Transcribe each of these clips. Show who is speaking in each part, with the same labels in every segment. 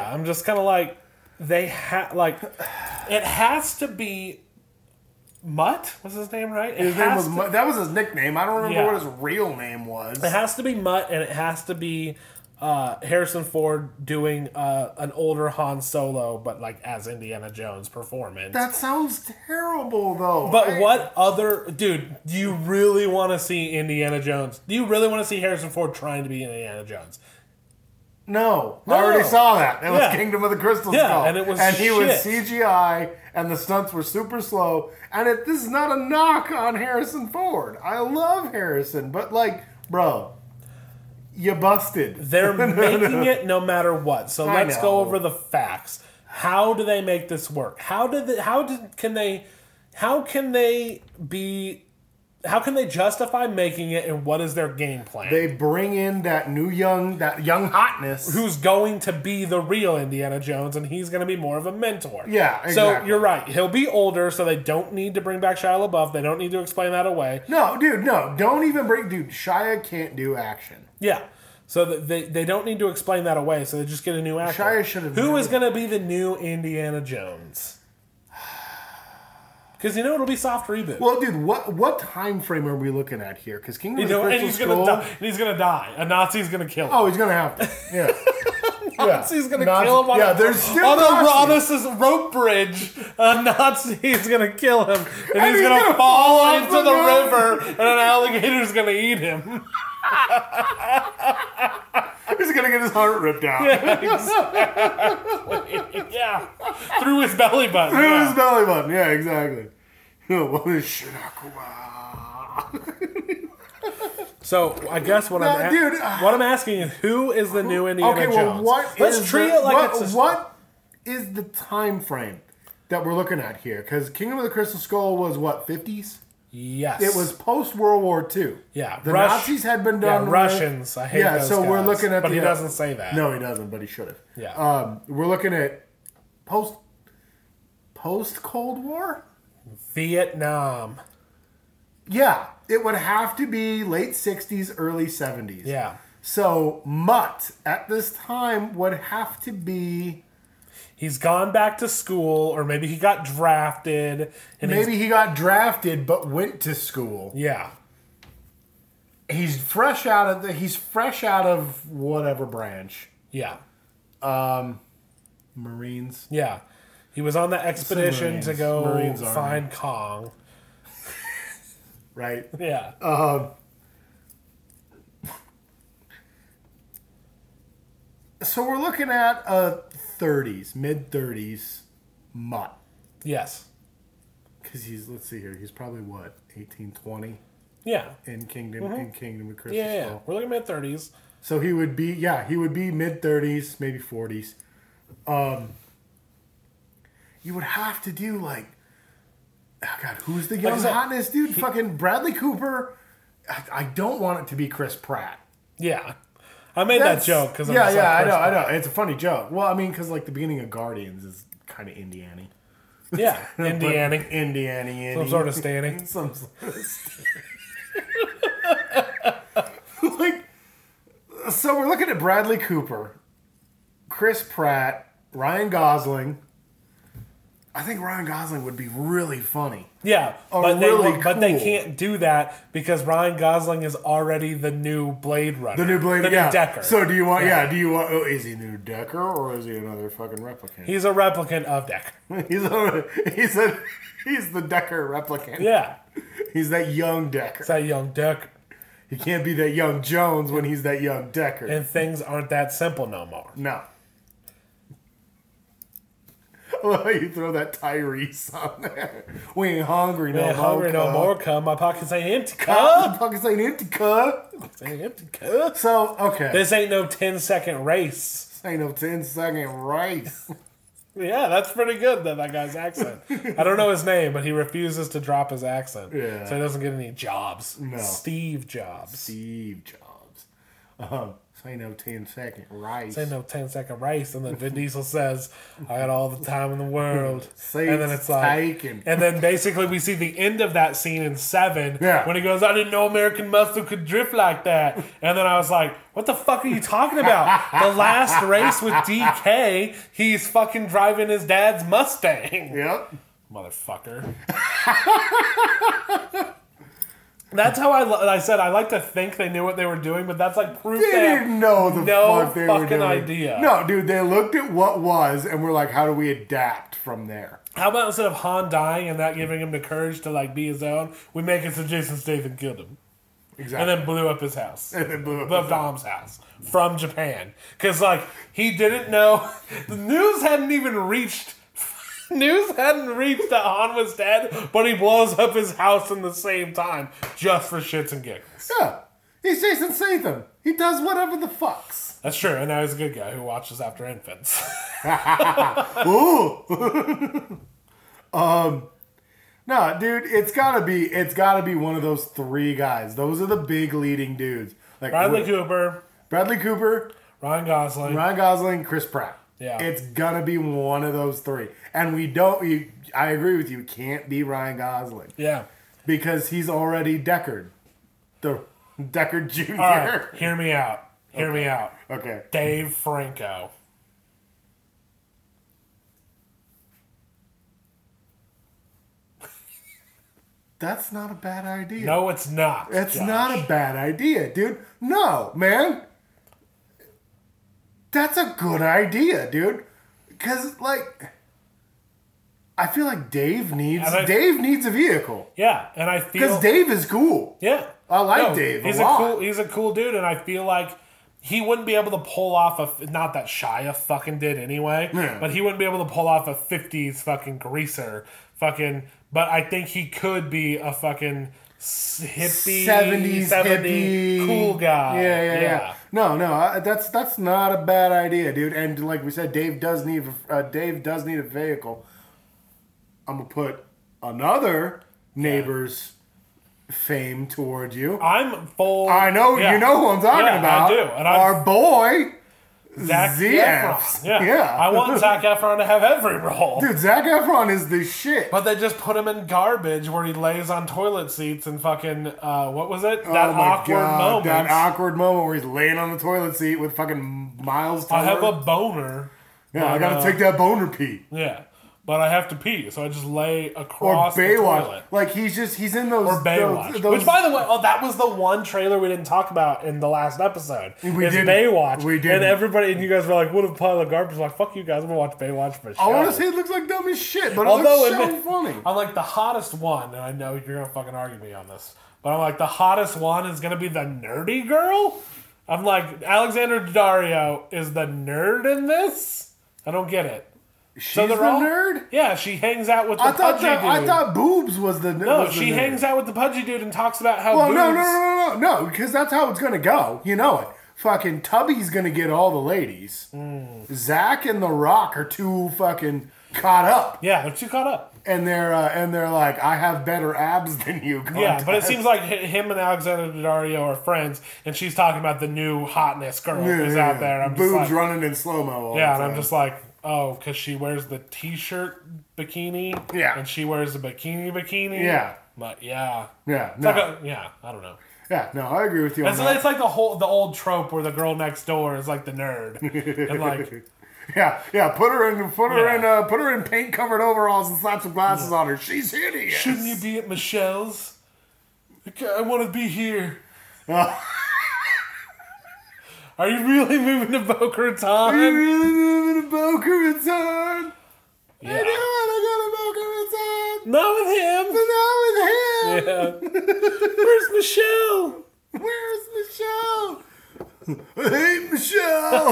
Speaker 1: yeah, I'm just kind of like they had like it has to be Mutt was his name, right? It
Speaker 2: His name
Speaker 1: has
Speaker 2: was
Speaker 1: to-
Speaker 2: Mu- that was his nickname. I don't remember
Speaker 1: Yeah.
Speaker 2: what his real name was.
Speaker 1: It has to be Mutt, and it has to be uh, Harrison Ford doing uh, an older Han Solo, but like as Indiana Jones performance.
Speaker 2: That sounds terrible, though.
Speaker 1: but
Speaker 2: I-
Speaker 1: what other dude? Do you really want to see Indiana Jones? Do you really want to see Harrison Ford trying to be Indiana Jones?
Speaker 2: No,
Speaker 1: No.
Speaker 2: I already saw that. It was
Speaker 1: Yeah.
Speaker 2: Kingdom of the Crystal
Speaker 1: Yeah,
Speaker 2: Skull,
Speaker 1: and it was
Speaker 2: and he was
Speaker 1: shit.
Speaker 2: CGI, and the stunts were super slow. And it, this is not a knock on Harrison Ford. I love Harrison, but like, bro, you busted.
Speaker 1: They're making it no matter what. So
Speaker 2: I
Speaker 1: let's go
Speaker 2: know.
Speaker 1: over the facts. How do they make this work? How did the, how did can they how can they be how can they justify making it and what is their game plan?
Speaker 2: They bring in that new young, that young hotness.
Speaker 1: who's going to be the real Indiana Jones, and he's going to be more of a mentor.
Speaker 2: Yeah,
Speaker 1: So
Speaker 2: exactly.
Speaker 1: you're right. He'll be older, so they don't need to bring back Shia LaBeouf. They don't need to explain that away.
Speaker 2: no, dude, no, don't even bring, dude. Shia can't do action.
Speaker 1: Yeah. So th- they, they don't need to explain that away. So they just get a new actor.
Speaker 2: Shia should have
Speaker 1: Who
Speaker 2: known.
Speaker 1: is going to be the new Indiana Jones? Because you know it'll be soft reboot.
Speaker 2: Well, dude, what what time frame are we looking at here? Because Kingdom
Speaker 1: you
Speaker 2: of the
Speaker 1: know, and
Speaker 2: Crystal
Speaker 1: he's
Speaker 2: Skull.
Speaker 1: gonna die. And he's gonna die. A Nazi's gonna kill him.
Speaker 2: Oh, he's gonna have to. Yeah.
Speaker 1: Nazi's gonna
Speaker 2: Nazi-
Speaker 1: kill him on
Speaker 2: yeah,
Speaker 1: a,
Speaker 2: there's still
Speaker 1: on a
Speaker 2: Nazis.
Speaker 1: Rhodes' rope bridge. A Nazi's gonna kill him, and, he's,
Speaker 2: he's
Speaker 1: gonna,
Speaker 2: gonna fall
Speaker 1: fall
Speaker 2: off
Speaker 1: into
Speaker 2: the
Speaker 1: the,
Speaker 2: road.
Speaker 1: river, and an alligator's gonna eat him.
Speaker 2: He's gonna get his heart ripped out.
Speaker 1: yeah, through his belly button.
Speaker 2: Through
Speaker 1: yeah.
Speaker 2: his belly button. Yeah, exactly. No, well, this Shinakuwa.
Speaker 1: So I guess what I'm
Speaker 2: No,
Speaker 1: a-
Speaker 2: dude, ah.
Speaker 1: what I'm asking is who is the new Indiana
Speaker 2: Okay, well,
Speaker 1: Jones?
Speaker 2: what
Speaker 1: Let's
Speaker 2: is
Speaker 1: treat
Speaker 2: the,
Speaker 1: it like
Speaker 2: what,
Speaker 1: it's a,
Speaker 2: what is the time frame that we're looking at here? Because Kingdom of the Crystal Skull was what fifties.
Speaker 1: yes.
Speaker 2: It was post World War II.
Speaker 1: Yeah,
Speaker 2: the
Speaker 1: Rush-
Speaker 2: Nazis had been
Speaker 1: yeah,
Speaker 2: done. with.
Speaker 1: Russians. I hate
Speaker 2: yeah,
Speaker 1: those
Speaker 2: so we're
Speaker 1: guys.
Speaker 2: looking at.
Speaker 1: but
Speaker 2: the, uh,
Speaker 1: he doesn't say that.
Speaker 2: No, he doesn't. But he should have.
Speaker 1: Yeah.
Speaker 2: Um, we're looking at post post Cold War.
Speaker 1: Vietnam.
Speaker 2: Yeah, it would have to be late '60s, early '70s.
Speaker 1: Yeah.
Speaker 2: So Mutt at this time would have to be.
Speaker 1: He's gone back to school, or maybe he got drafted, and he's
Speaker 2: Maybe he got drafted but went to school.
Speaker 1: Yeah.
Speaker 2: He's fresh out of the. He's fresh out of whatever branch.
Speaker 1: Yeah.
Speaker 2: Marines.
Speaker 1: Yeah. He was on that expedition to
Speaker 2: Marines.
Speaker 1: go
Speaker 2: Marines Army.
Speaker 1: find Kong.
Speaker 2: Right.
Speaker 1: Yeah.
Speaker 2: Uh. So we're looking at a 30s, mid 30s mutt.
Speaker 1: yes.
Speaker 2: Because he's, let's see here, he's probably what, 1820
Speaker 1: Yeah.
Speaker 2: in Kingdom, in Kingdom of Crystal
Speaker 1: Mm-hmm. Yeah, yeah.
Speaker 2: Skull.
Speaker 1: We're looking at 30s.
Speaker 2: So he would be, yeah, he would be mid 30s, maybe 40s. Um, you would have to do like, oh God, who's the young
Speaker 1: I said,
Speaker 2: hotness dude? Fucking Bradley Cooper. I, I don't want it to be Chris Pratt.
Speaker 1: Yeah. I made that
Speaker 2: That's-
Speaker 1: joke because
Speaker 2: yeah,
Speaker 1: I'm just
Speaker 2: yeah,
Speaker 1: like,
Speaker 2: I know,
Speaker 1: first-
Speaker 2: I know. It's a funny joke. Well, I mean, because like the beginning of Guardians is kind of Indiana.
Speaker 1: Yeah, Indiana.
Speaker 2: Indiana,
Speaker 1: Some sort of standing.
Speaker 2: some sort of standing. like, so we're looking at Bradley Cooper, Chris Pratt, Ryan Gosling. I think Ryan Gosling would be really funny.
Speaker 1: Yeah,
Speaker 2: Are
Speaker 1: but they
Speaker 2: really
Speaker 1: but they
Speaker 2: cool.
Speaker 1: can't do that because Ryan Gosling is already the new Blade Runner,
Speaker 2: The new Blade,
Speaker 1: the new
Speaker 2: yeah.
Speaker 1: Decker.
Speaker 2: So do you want? Yeah. do you want? Oh, is he new Decker or is he another fucking replicant?
Speaker 1: he's a replicant of Decker.
Speaker 2: He's a, he's a he's the Decker replicant.
Speaker 1: Yeah,
Speaker 2: He's that young Decker.
Speaker 1: it's that young Decker,
Speaker 2: He can't be that young Jones when he's that young Decker.
Speaker 1: and things aren't that simple no more.
Speaker 2: no. I love how you throw that Tyrese on there. We ain't hungry no
Speaker 1: Ain't
Speaker 2: more.
Speaker 1: hungry no
Speaker 2: cuz.
Speaker 1: more. Come, my pockets ain't empty.
Speaker 2: Ah,
Speaker 1: Come,
Speaker 2: the fuck's ain't empty, cuz.
Speaker 1: ain't empty. Come.
Speaker 2: So okay, this
Speaker 1: This ain't no 10 second race.
Speaker 2: ain't no 10 second race.
Speaker 1: Yeah, that's pretty good, though, that guy's accent. I don't know his name, but he refuses to drop his accent.
Speaker 2: Yeah.
Speaker 1: So he doesn't get any jobs.
Speaker 2: No.
Speaker 1: Steve Jobs.
Speaker 2: Steve Jobs. Um, Say no 10 second rice.
Speaker 1: Say no 10 second race, and then Vin Diesel says, "I got all the time in the world."
Speaker 2: Say
Speaker 1: and then
Speaker 2: it's
Speaker 1: it's like,
Speaker 2: taken.
Speaker 1: and then basically we see the end of that scene in Seven,
Speaker 2: Yeah.
Speaker 1: when he goes, "I didn't know American Muscle could drift like that," and then I was like, "What the fuck are you talking about?" the last race with DK, he's fucking driving his dad's Mustang
Speaker 2: Yep.
Speaker 1: motherfucker. that's how I, li- I said I like to think they knew what they were doing, but that's like proof
Speaker 2: They
Speaker 1: that
Speaker 2: didn't know the
Speaker 1: no
Speaker 2: fuck they were
Speaker 1: fucking
Speaker 2: doing.
Speaker 1: idea.
Speaker 2: No, dude, they looked at what was and were like, how do we adapt from there?
Speaker 1: How about instead of Han dying and that giving him the courage to like be his own, we make it so Jason Statham killed him and
Speaker 2: Exactly.
Speaker 1: then blew up his house.
Speaker 2: And then blew up
Speaker 1: Blew up
Speaker 2: his
Speaker 1: Dom's house from Japan because like he didn't know the news hadn't even reached. News hadn't reached that Han was dead, but he blows up his house in the same time just for shits and giggles.
Speaker 2: yeah. He's Jason Statham. He does whatever the fucks.
Speaker 1: That's true, and now he's a good guy who watches after infants.
Speaker 2: Ooh. um, no, dude, it's gotta be it's gotta be one of those three guys. Those are the big leading dudes. Like
Speaker 1: Bradley
Speaker 2: Ra-
Speaker 1: Cooper,
Speaker 2: Bradley Cooper,
Speaker 1: Ryan Gosling.
Speaker 2: Ryan Gosling, Chris Pratt.
Speaker 1: Yeah.
Speaker 2: It's gonna be one of those three. And we don't you I agree with you, can't be Ryan Gosling.
Speaker 1: Yeah.
Speaker 2: Because he's already Deckard. The Deckard Jr.
Speaker 1: All right, hear me out. Hear me out.
Speaker 2: Okay.
Speaker 1: Dave Franco.
Speaker 2: That's not a bad idea.
Speaker 1: No, it's not.
Speaker 2: That's
Speaker 1: Josh.
Speaker 2: not a bad idea, dude. No, man. That's a good idea, dude. Cause like I feel like Dave needs
Speaker 1: And I-
Speaker 2: Dave needs a vehicle.
Speaker 1: Yeah, and I feel.
Speaker 2: Because Dave is cool.
Speaker 1: yeah,
Speaker 2: I like Dave a
Speaker 1: He's
Speaker 2: lot.
Speaker 1: cool. He's a cool dude, and I feel like he wouldn't be able to pull off a. f- Not that Shia fucking did anyway,
Speaker 2: Yeah.
Speaker 1: but he wouldn't be able to pull off a '50s fucking greaser fucking. But I think he could be a fucking s- hippie, 70s,
Speaker 2: 70s
Speaker 1: 70
Speaker 2: hippie.
Speaker 1: cool guy.
Speaker 2: Yeah, yeah, yeah. No, no, I, that's that's not a bad idea, dude. And like we said, Dave does need a- uh, Dave does need a vehicle. I'm gonna put another neighbor's fame towards you.
Speaker 1: I'm full.
Speaker 2: I know
Speaker 1: yeah.
Speaker 2: you know who I'm talking
Speaker 1: Yeah, I
Speaker 2: about.
Speaker 1: do, and I'm-
Speaker 2: our boy
Speaker 1: Zac
Speaker 2: Zefron.
Speaker 1: Efron. Yeah.
Speaker 2: Yeah.
Speaker 1: I want Zac Efron to have every role.
Speaker 2: dude Zach Efron is the shit.
Speaker 1: But they just put him in garbage where he lays on toilet seats and fucking, uh, what was it? That
Speaker 2: Oh my
Speaker 1: awkward
Speaker 2: God,
Speaker 1: moment.
Speaker 2: That awkward moment where he's laying on the toilet seat with fucking Miles.
Speaker 1: I
Speaker 2: Teller.
Speaker 1: have a boner.
Speaker 2: yeah. I gotta
Speaker 1: uh,
Speaker 2: take that boner pee.
Speaker 1: Yeah. But I have to pee, so I just lay
Speaker 2: or
Speaker 1: across the
Speaker 2: Baywatch.
Speaker 1: toilet.
Speaker 2: Like he's just he's in those
Speaker 1: Or Baywatch.
Speaker 2: Those, those,
Speaker 1: Which, by the way, oh, that was the one trailer we didn't talk about in the last episode.
Speaker 2: We
Speaker 1: is
Speaker 2: didn't.
Speaker 1: Baywatch.
Speaker 2: We didn't.
Speaker 1: And everybody, and you guys were like, what a pile of garbage. Like, fuck you guys, I'm gonna watch Baywatch for sure.
Speaker 2: I want to say it looks like dumb as shit, but
Speaker 1: Although
Speaker 2: it looks so
Speaker 1: admit-
Speaker 2: funny.
Speaker 1: I'm like the hottest one, and I know you're gonna fucking argue me on this, but I'm like the hottest one is gonna be the nerdy girl. I'm like Alexander Dario is the nerd in this. I don't get it.
Speaker 2: She's
Speaker 1: So
Speaker 2: the
Speaker 1: they're all-
Speaker 2: nerd.
Speaker 1: Yeah, she hangs out with the
Speaker 2: I thought
Speaker 1: pudgy
Speaker 2: that,
Speaker 1: dude.
Speaker 2: I thought boobs was the
Speaker 1: no,
Speaker 2: Was
Speaker 1: she
Speaker 2: the nerd.
Speaker 1: hangs out with the pudgy dude and talks about how.
Speaker 2: Oh no no
Speaker 1: boobs-
Speaker 2: no no no no! Because that's how it's gonna go. You know it. Fucking Tubby's gonna get all the ladies.
Speaker 1: Mm.
Speaker 2: Zach and The Rock are too fucking caught up,
Speaker 1: Yeah, they're too caught up.
Speaker 2: and they're uh, and they're like, I have better abs than you.
Speaker 1: Yeah, but it
Speaker 2: contest."
Speaker 1: seems like hi- him and Alexander Dario are friends, and she's talking about the new hotness girl
Speaker 2: Yeah,
Speaker 1: who's
Speaker 2: yeah,
Speaker 1: out
Speaker 2: yeah.
Speaker 1: there. I'm
Speaker 2: boobs
Speaker 1: just like,
Speaker 2: running in slow mo.
Speaker 1: Yeah, and I'm just like, oh, because she wears the t-shirt bikini.
Speaker 2: Yeah.
Speaker 1: And she wears the bikini bikini.
Speaker 2: Yeah.
Speaker 1: But yeah.
Speaker 2: yeah.
Speaker 1: It's
Speaker 2: no.
Speaker 1: like a, yeah, I don't know.
Speaker 2: Yeah, no, I agree with you on
Speaker 1: It's,
Speaker 2: that.
Speaker 1: it's like the whole the old trope where the girl next door is like the nerd, and like
Speaker 2: Yeah, yeah. Put her in, put her
Speaker 1: Yeah.
Speaker 2: in, uh, put her in paint covered overalls and slap some glasses on her. She's hideous.
Speaker 1: shouldn't you be at Michelle's? Okay, I want to be here. Are you really moving to Boca Raton?
Speaker 2: living in Boca Raton. I
Speaker 1: Yeah.
Speaker 2: know I go to Boca Raton.
Speaker 1: Not with him.
Speaker 2: But not with him.
Speaker 1: Yeah. Where's Michelle?
Speaker 2: Where's Michelle? I hate Michelle.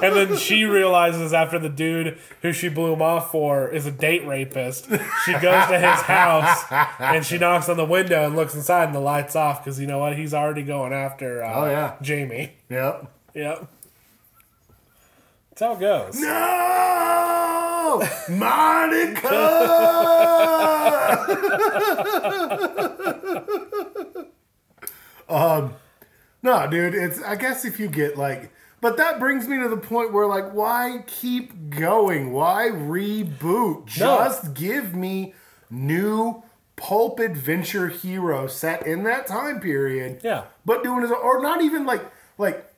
Speaker 1: And then she realizes after the dude who she blew him off for is a date rapist, she goes to his house and she knocks on the window and looks inside and the lights off because you know what? He's already going after uh,
Speaker 2: Oh, yeah.
Speaker 1: Jamie.
Speaker 2: yep.
Speaker 1: Yep. That's how it goes.
Speaker 2: No, Monica. um, No, dude, it's I guess if you get like but that brings me to the point where like why keep going? Why reboot? Just give me new pulp adventure hero set in that time period.
Speaker 1: Yeah.
Speaker 2: But doing his or not even like like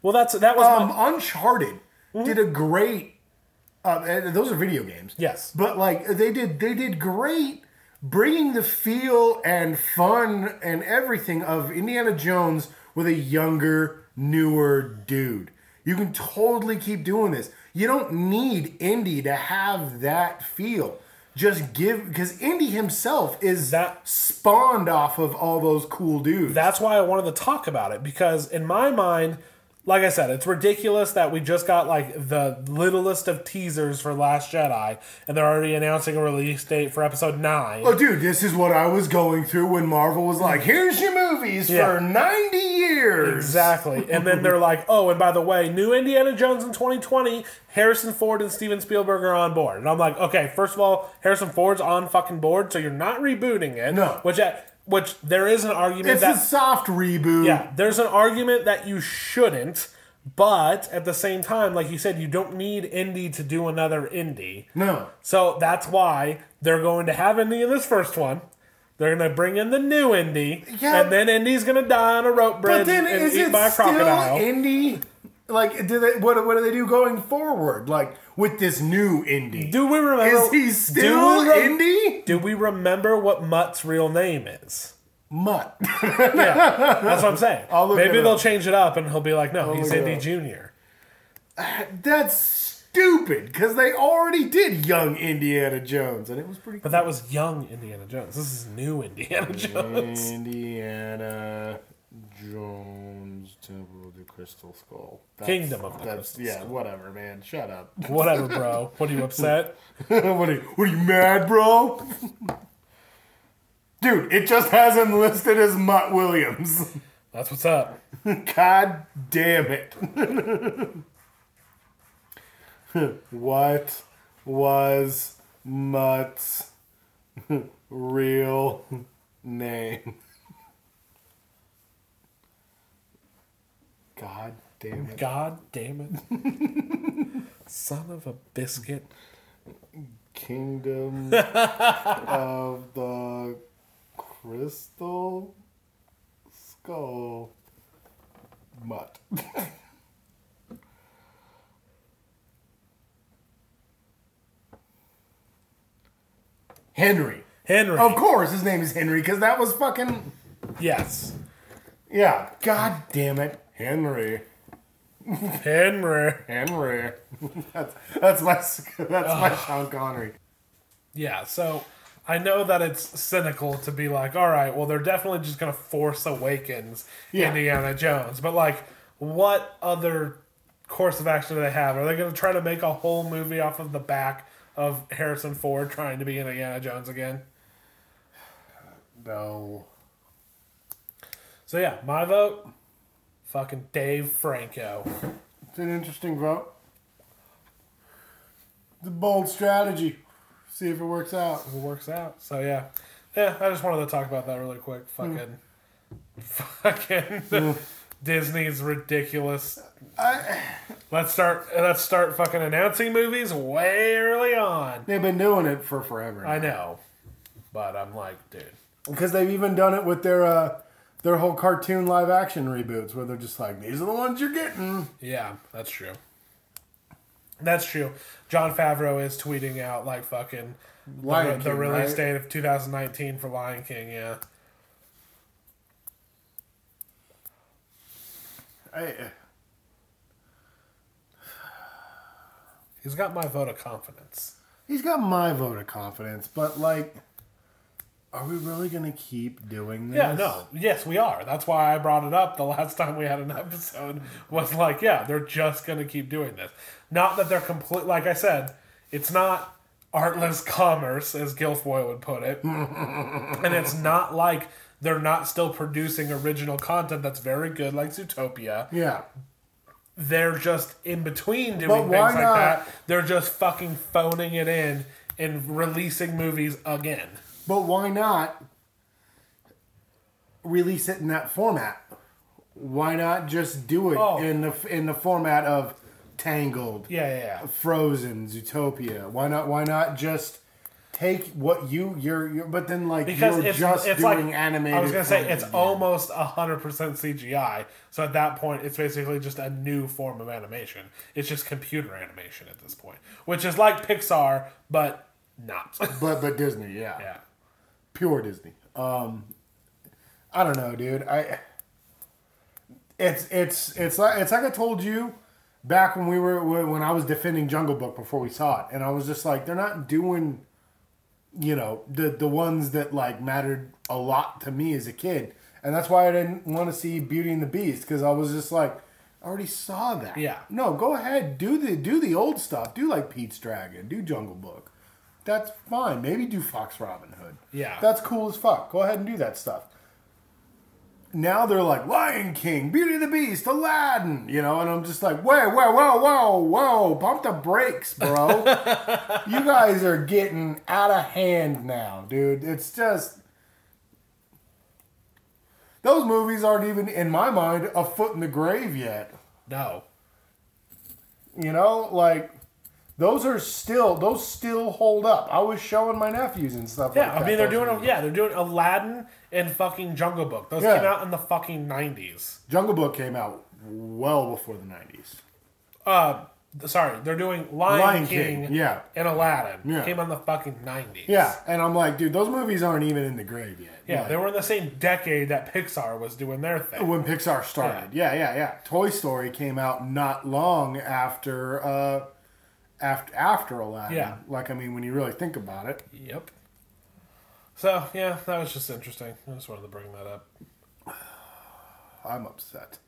Speaker 1: Well, that's that was
Speaker 2: um
Speaker 1: my, Mm-hmm.
Speaker 2: Uncharted did a great uh, and those are video games.
Speaker 1: Yes.
Speaker 2: But like they did they did great bringing the feel and fun and everything of Indiana Jones with a younger, newer dude. You can totally keep doing this. You don't need Indy to have that feel. Just give because Indy himself is
Speaker 1: That-
Speaker 2: spawned off of all those cool dudes.
Speaker 1: that's why I wanted to talk about it because in my mind, like I said, it's ridiculous that we just got like the littlest of teasers for Last Jedi, and they're already announcing a release date for Episode Nine.
Speaker 2: Oh, dude, this is what I was going through when Marvel was like, here's your movies
Speaker 1: Yeah.
Speaker 2: for 90 years.
Speaker 1: Exactly. And then they're like, oh, and by the way, new Indiana Jones in 2020, Harrison Ford and Steven Spielberg are on board. And I'm like, okay, first of all, Harrison Ford's on fucking board, so you're not rebooting it.
Speaker 2: No.
Speaker 1: Which, I, which there is an argument
Speaker 2: It's
Speaker 1: that.
Speaker 2: a soft reboot.
Speaker 1: yeah, there's an argument that you shouldn't, but at the same time, like you said, you don't need Indy to do another Indy.
Speaker 2: No.
Speaker 1: So that's why they're going to have Indy in this first one. They're going to bring in the new Indy,
Speaker 2: Yeah.
Speaker 1: and then Indy's going to die on a rope bridge
Speaker 2: But then
Speaker 1: and
Speaker 2: is
Speaker 1: eat
Speaker 2: it
Speaker 1: by a
Speaker 2: still
Speaker 1: crocodile.
Speaker 2: indie? Like, do they, what, what do they do going forward? Like, with this new indie?
Speaker 1: do we remember?
Speaker 2: is he
Speaker 1: do
Speaker 2: still
Speaker 1: we re-
Speaker 2: indie?
Speaker 1: Do we remember what Mutt's real name is?
Speaker 2: Mutt.
Speaker 1: Yeah, that's what I'm saying.
Speaker 2: I'll look
Speaker 1: Maybe
Speaker 2: it
Speaker 1: they'll
Speaker 2: up.
Speaker 1: change it up, and he'll be like, "No, he's
Speaker 2: look it
Speaker 1: Indy
Speaker 2: up.
Speaker 1: Junior."
Speaker 2: That's stupid because they already did young Indiana Jones, and it was pretty
Speaker 1: But that was young Indiana Jones. This is new Indiana Jones.
Speaker 2: Indiana Jones Temple of the Crystal Skull. That's-
Speaker 1: Kingdom of the
Speaker 2: that's-
Speaker 1: Crystal
Speaker 2: Yeah, whatever, man. Shut up.
Speaker 1: Whatever, bro. What are you upset?
Speaker 2: what, are you, what are you mad, bro? Dude, it just has him listed as Mutt Williams.
Speaker 1: That's what's up.
Speaker 2: God damn it. what was Mutt's real name? God damn it.
Speaker 1: God damn it. Son of a biscuit.
Speaker 2: Kingdom of the Crystal Skull Mutt. Henry.
Speaker 1: Henry.
Speaker 2: Of course, his name is Henry because that was fucking.
Speaker 1: Yes.
Speaker 2: Yeah. God damn it. Henry.
Speaker 1: Henry.
Speaker 2: Henry. that's, that's my that's my Sean Connery.
Speaker 1: Yeah, so I know that it's cynical to be like, all right, well, they're definitely just going to force awakens
Speaker 2: Yeah.
Speaker 1: Indiana Jones. But, like, what other course of action do they have? Are they going to try to make a whole movie off of the back of Harrison Ford trying to be Indiana Jones again?
Speaker 2: No.
Speaker 1: So, yeah, my vote fucking Dave Franco.
Speaker 2: It's an interesting vote. It's a bold strategy. See if it works out.
Speaker 1: it works out. So yeah, yeah. I just wanted to talk about that really quick.
Speaker 2: Mm.
Speaker 1: Fucking, fucking Disney's ridiculous. let's start. Let's start fucking announcing movies way early on.
Speaker 2: They've been doing it for forever
Speaker 1: I know, but I'm like, dude.
Speaker 2: because they've even done it with their uh, their whole cartoon live action reboots, where they're just like, "These are the ones you're getting."
Speaker 1: Yeah, that's true. That's true. John Favreau is tweeting out like fucking the-
Speaker 2: Lion
Speaker 1: the
Speaker 2: King,
Speaker 1: release
Speaker 2: right?
Speaker 1: date of 2019 for Lion King. Yeah.
Speaker 2: I,
Speaker 1: He's got my vote of confidence.
Speaker 2: he's got my vote of confidence, but like, are we really gonna keep doing this?
Speaker 1: Yeah, no. Yes, we are. That's why I brought it up the last time we had an episode was like, yeah, they're just going to keep doing this. Not that they're complete like I said, it's not artless commerce as Guilfoyle would put it. and it's not like they're not still producing original content that's very good like Zootopia.
Speaker 2: Yeah.
Speaker 1: They're just in between doing
Speaker 2: But
Speaker 1: things
Speaker 2: why
Speaker 1: like
Speaker 2: not?
Speaker 1: that. They're just fucking phoning it in and releasing movies again.
Speaker 2: But why not release it in that format? Why not just do it
Speaker 1: Oh.
Speaker 2: in the in the format of Tangled,
Speaker 1: Yeah, yeah, yeah.
Speaker 2: Frozen, Zootopia? Why not? Why not just take what you you're, you're but then like
Speaker 1: Because
Speaker 2: you're
Speaker 1: it's,
Speaker 2: just
Speaker 1: it's
Speaker 2: doing
Speaker 1: like
Speaker 2: animated.
Speaker 1: I was gonna say
Speaker 2: Frozen.
Speaker 1: it's almost hundred percent CGI. So at that point, it's basically just a new form of animation. It's just computer animation at this point, which is like Pixar but not.
Speaker 2: but but Disney, yeah,
Speaker 1: yeah.
Speaker 2: pure Disney. Um, I don't know, dude. I it's it's it's like it's like I told you back when we were when when I was defending Jungle Book before we saw it, and I was just like, they're not doing, you know, the the ones that like mattered a lot to me as a kid, and that's why I didn't want to see Beauty and the Beast because I was just like. I already saw that.
Speaker 1: Yeah.
Speaker 2: No, go ahead. Do the do the old stuff. Do like Pete's Dragon. Do Jungle Book. That's fine. Maybe do Fox Robin Hood.
Speaker 1: Yeah.
Speaker 2: That's cool as fuck. Go ahead and do that stuff now they're like Lion King, Beauty and the Beast, Aladdin, you know, and I'm just like, whoa, whoa, whoa, whoa, whoa, pump the brakes, bro. you guys are getting out of hand now, dude. It's just those movies aren't even in my mind a foot in the grave yet.
Speaker 1: No.
Speaker 2: You know, like those are still those still hold up. I was showing my nephews and stuff.
Speaker 1: Yeah,
Speaker 2: like that,
Speaker 1: I mean they're
Speaker 2: those
Speaker 1: doing
Speaker 2: movies.
Speaker 1: yeah they're doing Aladdin and fucking Jungle Book. Those
Speaker 2: Yeah.
Speaker 1: came out in the fucking nineties.
Speaker 2: Jungle Book came out well before the '90s.
Speaker 1: Uh, sorry, they're doing Lion,
Speaker 2: Lion
Speaker 1: King,
Speaker 2: King, yeah.
Speaker 1: and Aladdin.
Speaker 2: Yeah.
Speaker 1: Came out in the fucking nineties.
Speaker 2: Yeah, and I'm like, dude, those movies aren't even in the grave yet.
Speaker 1: Yeah,
Speaker 2: Like,
Speaker 1: they were in the same decade that Pixar was doing their thing.
Speaker 2: when Pixar started. Yeah. yeah, yeah, Toy Story came out not long after uh after after Aladdin.
Speaker 1: Yeah.
Speaker 2: Like I mean when you really think about it.
Speaker 1: Yep. So yeah, that was just interesting. I just wanted to bring that up.
Speaker 2: I'm upset.